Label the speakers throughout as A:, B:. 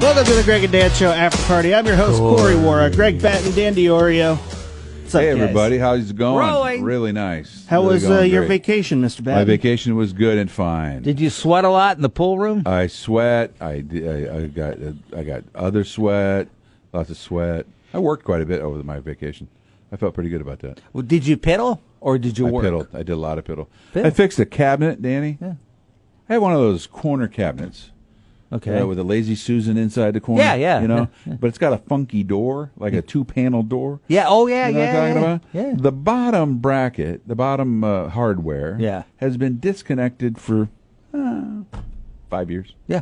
A: Welcome to the Greg and Dan Show After Party. I'm your host, Corey Wara, Greg Batten, Dan DiOrio. What's up,
B: Hey
A: guys?
B: everybody, how's it going?
C: Rolling.
B: Really nice.
A: How
B: Really
A: was uh,
B: going
A: your
B: great.
A: vacation, Mr. Batten?
B: My vacation was good and fine.
C: Did you sweat a lot in the pool room?
B: I sweat. I, di- I I got uh, I got other sweat. Lots of sweat. I worked quite a bit over my vacation. I felt pretty good about that.
C: Well, did you piddle or did you
B: I
C: work?
B: piddled. I did a lot of piddle.
C: Piddle.
B: I fixed a cabinet, Danny.
C: Yeah.
B: I had one of those corner cabinets.
C: Okay.
B: uh, with a lazy Susan inside the corner.
C: Yeah, yeah,
B: You know,
C: yeah,
B: but it's got a funky door, like a two-panel door.
C: yeah. Oh, yeah,
B: You know
C: yeah.
B: what I'm talking about?
C: yeah,
B: The bottom bracket, the bottom uh, hardware,
C: Yeah.
B: has been disconnected for uh, five years.
C: Yeah.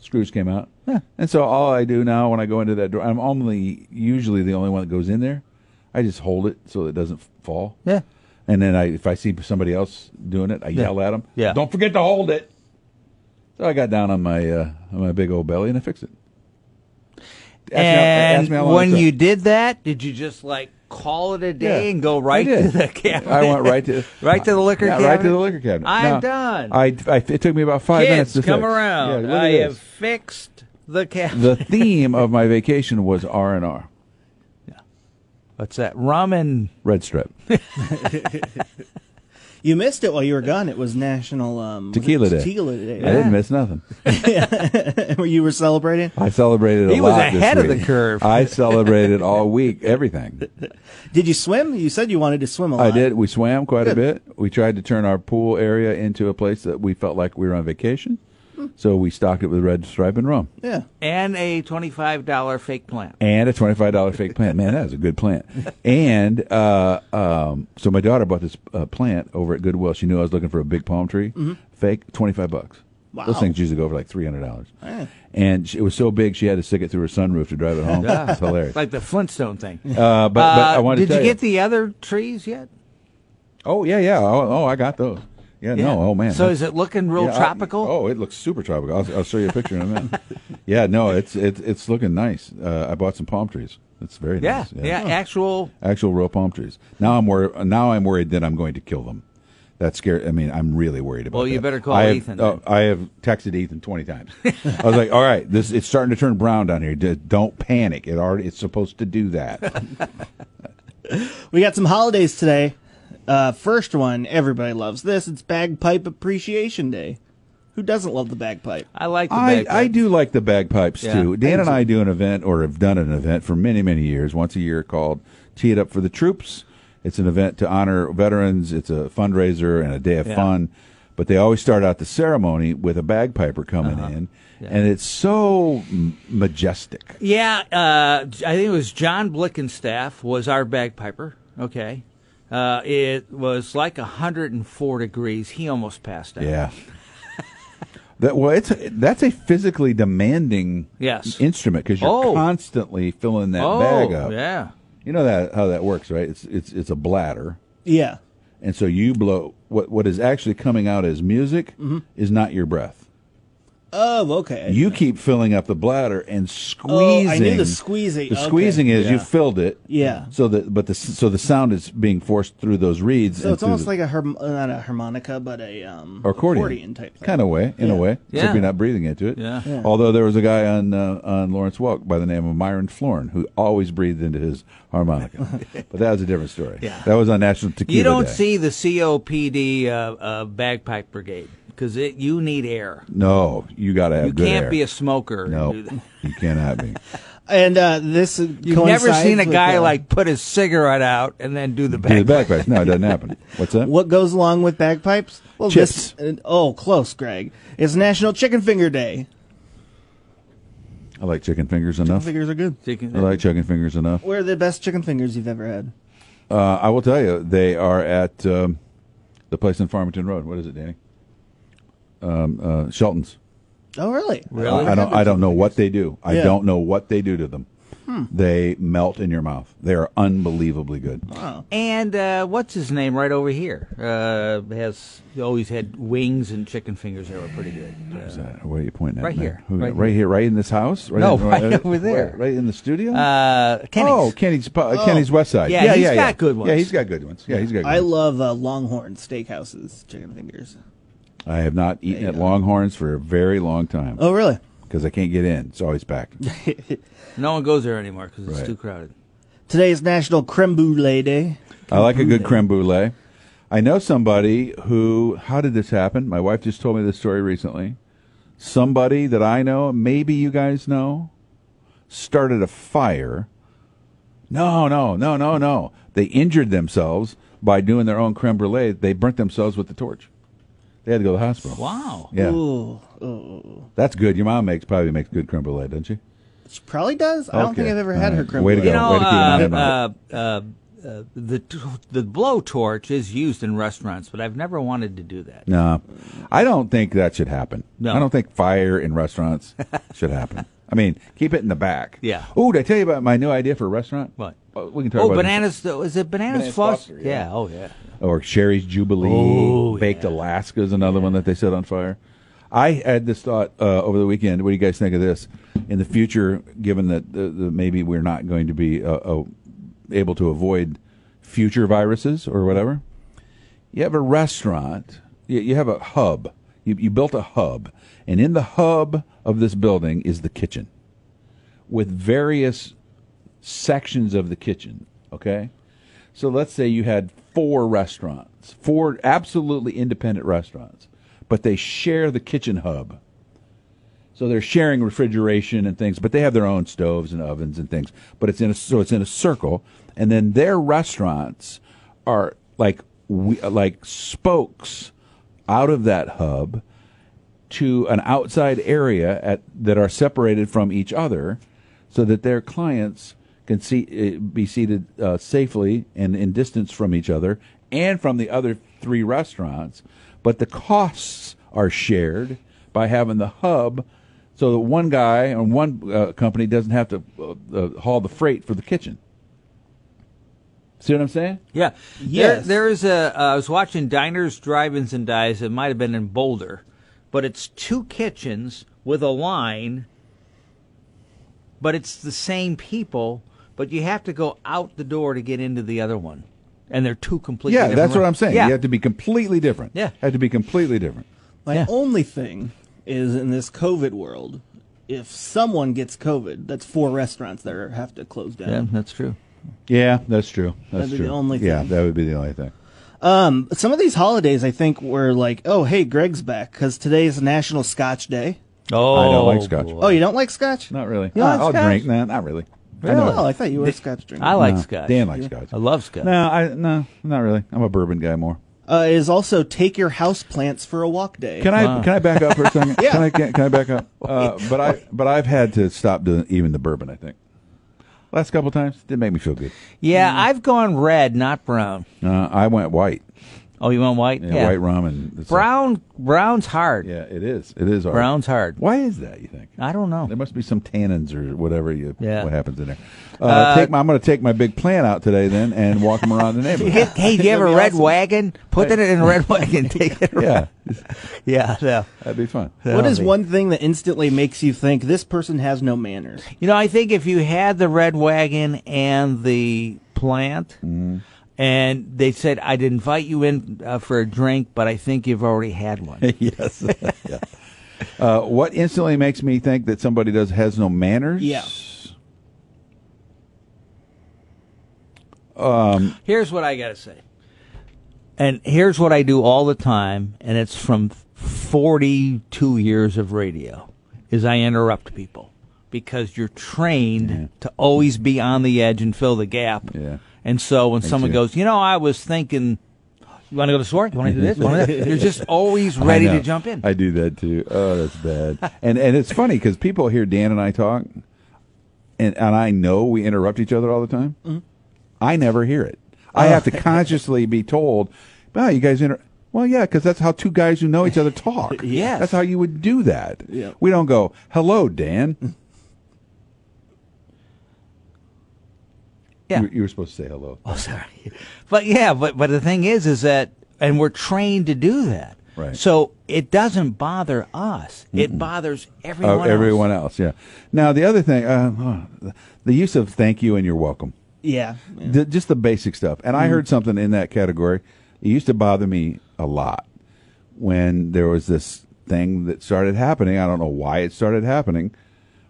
B: Screws came out.
C: Yeah.
B: And so all I do now when I go into that door, I'm only usually the only one that goes in there. I just hold it so it doesn't f- fall.
C: Yeah.
B: And then I, if I see somebody else doing it, I yell at them.
C: Yeah.
B: Don't forget to hold it. So I got down on my uh, on my big old belly and I fixed it. Ask me how-
C: And
B: ask me how long it
C: when
B: took.
C: you did that, did you just like call it a day
B: Yeah,
C: and go
B: I
C: right to
B: did.
C: the cabinet?
B: I went right to
C: Right to the liquor
B: yeah,
C: cabinet.
B: Right to the liquor cabinet.
C: I'm
B: Now,
C: done.
B: I, I- it took me about five minutes
C: Kids,
B: to
C: come
B: fix.
C: around.
B: Yeah, look at
C: I
B: this.
C: have fixed the cabinet.
B: The theme of my vacation was R and R,
C: What's that? Ramen.
B: Red Strip,
A: you missed it while you were gone. It was National um, was it
B: Tequila Day.
A: Tequila Day.
B: I didn't miss nothing.
A: Where you were celebrating.
B: I celebrated a
C: He was
B: lot. this
C: ahead of the
B: week.
C: curve.
B: I celebrated all week, everything.
A: Did you swim? You said you wanted to swim a lot.
B: I did. We swam quite a bit. We tried to turn our pool area into a place that we felt like we were on vacation.
C: Hmm.
B: So we stocked it with red stripe and rum
A: Yeah.
C: And a twenty-five dollar fake plant.
B: and a twenty-five dollar fake plant. Man, that was a good plant. And uh, um, so my daughter bought this uh, plant over at Goodwill. She knew I was looking for a big palm tree,
C: Mm-hmm.
B: fake twenty-five bucks.
A: Wow.
B: Those things usually go for like three hundred dollars.
A: Yeah.
B: And she, it was so big, she had to stick it through her sunroof to drive it home. It's hilarious.
C: Like the Flintstone thing.
B: Uh, but, but I
C: Uh,
B: wanted
C: did
B: to
C: you
B: tell
C: get the other trees yet?
B: Oh yeah, yeah. Oh, oh I got those. Yeah, no. Oh man.
C: So is it looking real
B: Yeah, I-
C: tropical?
B: oh, it looks super tropical. I'll, I'll show you a picture in a minute. yeah, no, it's it's it's looking nice. Uh, I bought some palm trees. It's very
C: yeah,
B: nice.
C: yeah, Actual.
B: Actual real palm trees. Now I'm worried. Now I'm worried that I'm going to kill them. That's scary. I mean, I'm really worried about.
C: Well, you
B: that.
C: better call
B: I have-
C: Ethan,
B: oh,
C: then.
B: I have texted Ethan 20 times. I was like, "All right, this it's starting to turn brown down here. D- Don't panic. It already it's supposed to do that."
A: We got some holidays today. Uh, first one, everybody loves this. It's Bagpipe Appreciation Day. Who doesn't love the bagpipe?
C: I like the
B: I,
C: bagpipe.
B: I do like the bagpipes
C: Yeah.
B: too. Dan and I do an event, or have done an event for many, many years, once a year called Tee It Up for the Troops. It's an event to honor veterans, it's a fundraiser and a day of
C: Yeah.
B: fun. But they always start out the ceremony with a bagpiper coming
C: Uh-huh.
B: in, and it's so m- majestic.
C: Yeah, uh, I think it was John Blickenstaff was our bagpiper. Okay, uh, it was like 104 degrees. He almost passed out.
B: Yeah. that well, it's that's a physically demanding
C: Yes.
B: instrument because you're
C: Oh.
B: constantly filling that
C: Oh,
B: bag up.
C: yeah.
B: You know that how that works, right? It's it's it's a bladder.
A: Yeah.
B: and so you blow what what is actually coming out as music
A: Mm-hmm.
B: is not your breath.
A: Oh, okay.
B: You keep filling up the bladder and
A: Oh,
B: squeezing.
A: I knew the squeezing.
B: The
A: Okay.
B: squeezing is
A: Yeah.
B: you filled it.
A: Yeah.
B: So that but the s- so the sound is being forced through those reeds.
A: So
B: and
A: it's
B: through
A: almost
B: the-
A: like a harm- not a harmonica, but a um,
B: or accordion,
A: type thing.
B: kind of way, in a way.
C: Yeah.
B: Except you're not breathing into it.
C: Yeah. Yeah.
B: Although there was a guy on uh, on Lawrence Welk by the name of Myron Florn who always breathed into his harmonica, but that was a different story.
C: Yeah.
B: That was on National Tequila
C: You don't
B: Day.
C: see the COPD uh, uh, bagpipe brigade because you need air.
B: No, you got to have
C: You
B: good
C: can't
B: air.
C: be a smoker. and
B: No,
C: do that.
B: you cannot be.
A: And uh, this uh,
C: You've never seen a guy like put his cigarette out and then do the
B: Do
C: bagpipe.
B: the backpack. No, it doesn't happen. What's that?
A: what goes along with bagpipes. Well,
B: Chips.
A: This, uh, oh, close, Greg. It's National Chicken Finger Day.
B: I like chicken fingers enough.
A: Fingers are good.
C: Chicken-
B: I like chicken fingers enough.
A: Where are the best chicken fingers you've ever had?
B: Uh, I will tell you, they are at um, the place in Farmington Road. What is it, Danny? Um, uh, Shelton's.
A: Oh, really?
C: Really?
B: I, I don't. I don't know what they do. I
A: Yeah.
B: don't know what they do to them.
C: Hmm.
B: They melt in your mouth. They are unbelievably good.
C: And uh, what's his name right over here? Uh, has he always had wings and chicken fingers that were pretty good. Uh,
B: Is that- Where are you pointing at?
C: Right
B: man?
C: here.
B: Who-
C: Right
B: right, here. Right in this house. Right
C: No,
B: in-
C: right over there.
B: Where? Right in the studio.
C: uh, Kenny's.
B: Oh, Kenny's pu- uh, Kenny's West Side.
C: Yeah,
B: yeah,
C: he's
B: yeah,
C: got
B: yeah.
C: good
B: Yeah,
C: ones.
B: he's got good ones. Yeah, he's got. Good
A: I
B: ones.
A: love uh, Longhorn Steakhouse's chicken fingers.
B: I have not eaten at Longhorns for a very long time.
A: Oh, really?
B: because I can't get in. It's always packed.
C: No one goes there anymore because it's
B: Right.
C: too crowded.
A: Today is National Creme Brulee Day.
B: I like a good creme brulee. I know somebody who. How did this happen? My wife just told me this story recently. Somebody that I know, maybe you guys know, started a fire. No, no, no, no, no. They injured themselves by doing their own creme brulee. They burnt themselves with the torch. They had to go to the hospital.
C: Wow.
B: Yeah,
A: Ooh, ooh.
B: that's good. Your mom makes probably makes good creme brulee, doesn't she?
A: She probably does. I don't think
B: Okay.
A: I've ever had
B: All
A: her
B: right.
A: creme
B: Way to
A: brulee.
C: You
B: go.
C: know,
B: Way to keep an eye on
C: uh, uh, uh, uh, the t- the blowtorch is used in restaurants, but I've never wanted to do that.
B: No, I don't think that should happen.
C: No.
B: I don't think fire in restaurants should happen. I mean, keep it in the back.
C: Yeah.
B: Oh, did I tell you about my new idea for a restaurant?
C: What?
B: Oh, we can talk
C: Oh,
B: about
C: bananas! Though, is it bananas,
B: Bananas
C: foster?
B: Foster,
C: yeah.
B: yeah.
C: Oh, yeah.
B: This. Or Sherry's Jubilee.
C: Oh,
B: Baked Alaska is another one that they set on fire. I had this thought uh, over the weekend. What do you guys think of this? In the future, given that the, the, maybe we're not going to be uh, uh, able to avoid future viruses or whatever, you have a restaurant you, you have a hub you, you built a hub and in the hub of this building is the kitchen with various sections of the kitchen okay so let's say you had four restaurants four absolutely independent restaurants but they share the kitchen hub so they're sharing refrigeration and things, but they have their own stoves and ovens and things. But it's in a so it's in a circle, and then their restaurants are like we, like spokes out of that hub to an outside area at, that are separated from each other, so that their clients can see uh, be seated uh, safely and in distance from each other and from the other three restaurants. But the costs are shared by having the hub, so that one guy and one uh, company doesn't have to uh, uh, haul the freight for the kitchen. See what I'm saying?
C: Yeah.
A: Yes.
C: There, there is a. Uh, I was watching Diners, Drive-ins, and Dives. It might have been in Boulder, but it's two kitchens with a line. But it's the same people, but you have to go out the door to get into the other one, and they're two completely.
B: Yeah,
C: different
B: that's what
C: rooms.
B: I'm saying.
C: Yeah.
B: You have to be completely different.
C: Yeah.
B: have to be completely different.
A: My
C: Yeah.
A: only thing is in this COVID world, if someone gets COVID, that's four restaurants that are, have to close down.
C: yeah, that's true.
B: Yeah, that's true. That's
A: That'd be
B: true.
A: the only
B: Yeah,
A: thing.
B: that would be the only thing.
A: Um, some of these holidays, I think, were like, oh, hey, Greg's back because today is National Scotch Day.
C: Oh,
B: like scotch.
C: boy.
A: Oh, you don't like Scotch?
B: Not really.
A: You like
B: Ah, I'll
A: scotch?
B: drink. Nah, not really. I know.
A: Oh, I thought you were a Scotch drinker.
C: I like
B: No,
C: scotch.
B: Dan likes scotch.
C: I love scotch.
B: No, I no, not really. I'm a bourbon guy more.
A: Uh, it is also Take Your House Plants for a Walk Day.
B: Can I can I back up for a second? yeah. Can I can, can I back up? Uh, but I but I've had to stop doing even the bourbon. I think last couple times did make me feel good.
C: Yeah, I've gone red, not brown.
B: Uh, I went white,
C: Oh, you want white?
B: yeah, white rum and it's
C: Brown. Brown's hard.
B: yeah, it is. It is. Hard.
C: Brown's hard.
B: Why is that? You think?
C: I don't know.
B: There must be some tannins or whatever you
C: Yeah.
B: what happens in there. Uh, take my, I'm going to take my big plant out today then and walk them around the
C: Hey,
B: neighborhood.
C: hey, do you have a
A: That'd be
C: red
A: awesome.
C: wagon? Put that in a red wagon. Take it.
B: yeah,
C: Yeah, yeah.
B: that'd be fun.
A: What is
C: That'll be-
A: one thing that instantly makes you think this person has no manners?
C: You know, I think if you had the red wagon and the plant,
A: Mm-hmm.
C: and they said, "I'd invite you in uh, for a drink, but I think you've already had one."
B: yes. yeah. Uh, what instantly makes me think that somebody does has no manners?
A: Yeah.
C: here's what I gotta say, and here's what I do all the time, and it's from 42 years of radio, is I interrupt people because you're trained to always be on the edge and fill the gap.
B: Yeah.
C: And so when someone
B: too.
C: goes, you know, I was thinking. You want to go to store? You want to do this? You wanna do that?" You're just always ready
B: I
C: to
B: know.
C: jump in.
B: I do that too. Oh, that's bad. and and it's funny because people hear Dan and I talk, and and I know we interrupt each other all the time.
C: Mm-hmm.
B: I never hear it. I
C: Oh.
B: have to consciously be told, "Wow, you guys inter." Well, yeah, because that's how two guys who know each other talk.
C: Yes.
B: that's how you would do that.
A: Yeah.
B: We don't go, "Hello,
C: Mm.
B: Dan."
C: Yeah.
B: You, you were supposed to say hello.
C: Oh, sorry. But yeah, but but the thing is, is that, and we're trained to do that.
B: Right.
C: So it doesn't bother us. It bothers everyone.
B: Oh,
C: else.
B: everyone else. Yeah. Now the other thing, uh, oh, the use of thank you and you're welcome,
A: Yeah. yeah.
B: the, just the basic stuff. And I heard something in that category. It used to bother me a lot when there was this thing that started happening. I don't know why it started happening.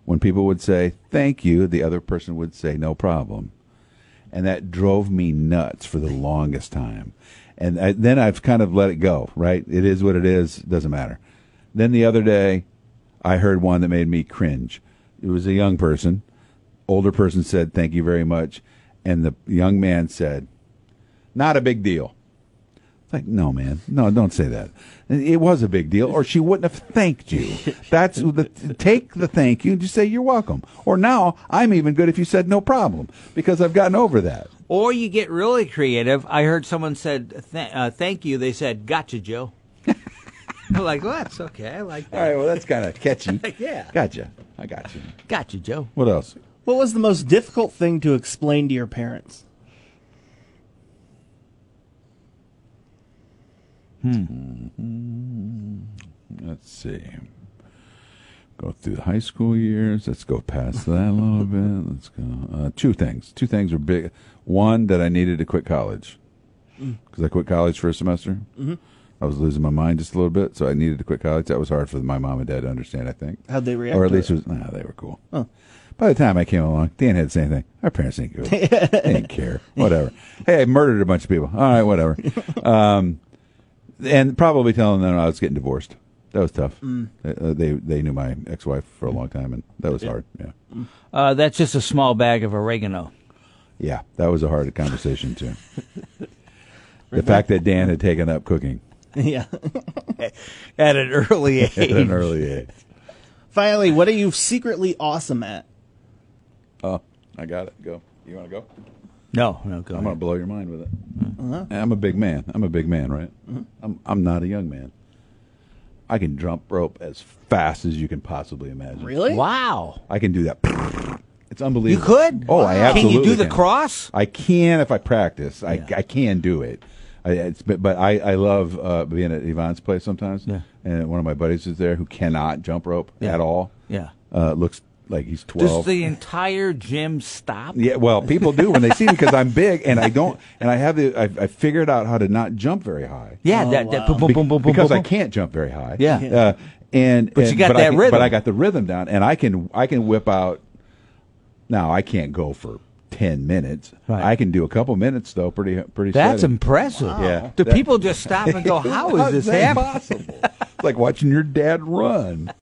B: When people would say thank you, the other person would say no problem, and that drove me nuts for the longest time. And I, then I've kind of let it go. Right? It is what it is. Doesn't matter. Then the other day, I heard one that made me cringe. It was a young person. Older person said thank you very much, and the young man said, "Not a big deal." It's like, no, man, no, don't say that. It was a big deal, or she wouldn't have thanked you. That's the, take the thank you and just say you're welcome. Or now I'm even good if you said no problem because I've gotten over that.
C: Or you get really creative. I heard someone said th- uh, thank you. They said gotcha, Joe. I'm like, well, that's okay. I like
B: All
C: that.
B: right, well that's kind of catchy.
C: Yeah.
B: gotcha. I got you.
C: Gotcha, Joe.
B: What else?
A: What was the most difficult thing to explain to your parents?
B: Let's see. Go through the high school years. Let's go past that a little bit. Let's go. Uh, two things. Two things are big. One that I needed to quit college because I quit college for a semester. Mm-hmm. I was losing my mind just a little bit, so I needed to quit college. That was hard for my mom and dad to understand. I think.
A: How'd they react
B: Or at
A: to
B: least
A: it? Oh.
B: it was. Nah, they were cool. By the time I came along, Dan had the same thing. Our parents didn't give a- they didn't care. Whatever. Hey, I murdered a bunch of people. All right, whatever. Um, and probably telling them I was getting divorced. That was tough.
A: Mm.
B: Uh, they they knew my ex wife for a long time, and that was hard. Yeah,
C: Uh, that's just a small bag of oregano.
B: yeah, that was a hard conversation too. the fact that Dan had taken up cooking
A: yeah.
C: At an early age.
B: at an early age.
A: Finally, what are you secretly awesome at?
B: Oh, I got it. Go. You want to go?
C: No, no, go
B: I'm gonna
C: ahead.
B: blow your mind with it.
C: Uh-huh.
B: I'm a big man. I'm a big man, right?
C: Mm-hmm.
B: I'm I'm not a young man. I can jump rope as fast as you can possibly imagine.
A: Really?
C: Wow.
B: I can do that. It's
C: You
B: unbelievable.
C: could?
B: Oh, I absolutely
C: Can you do the
B: can.
C: cross?
B: I can if I practice. I,
C: Yeah.
B: I can do it. I, it's, but, but I, I love uh, being at Yvonne's place sometimes.
C: Yeah.
B: And one of my buddies is there who cannot jump rope
C: Yeah.
B: at all.
C: Yeah.
B: Uh, looks like he's 12.
C: Does the entire gym stop?
B: Yeah, well, people do when they see me because I'm big and I don't, and I have the, I, I figured out how to not jump very high.
C: Yeah,
A: Oh,
C: that, that
A: wow.
C: boom, boom,
B: Be-
C: boom, boom, boom,
B: because
C: boom.
B: I can't jump very high.
C: Yeah.
B: Uh, and
C: But you
B: and-
C: got
B: I
C: that
B: can-
C: rhythm.
B: But I got the rhythm down, and I can I can whip out. Now I can't go for ten minutes.
C: Right.
B: I can do a couple minutes though. Pretty pretty.
C: That's
B: steady.
C: impressive.
B: Yeah.
C: Do
B: That-
C: people just stop and go, how is this
B: that
C: happening?
B: possible? it's like watching your dad run.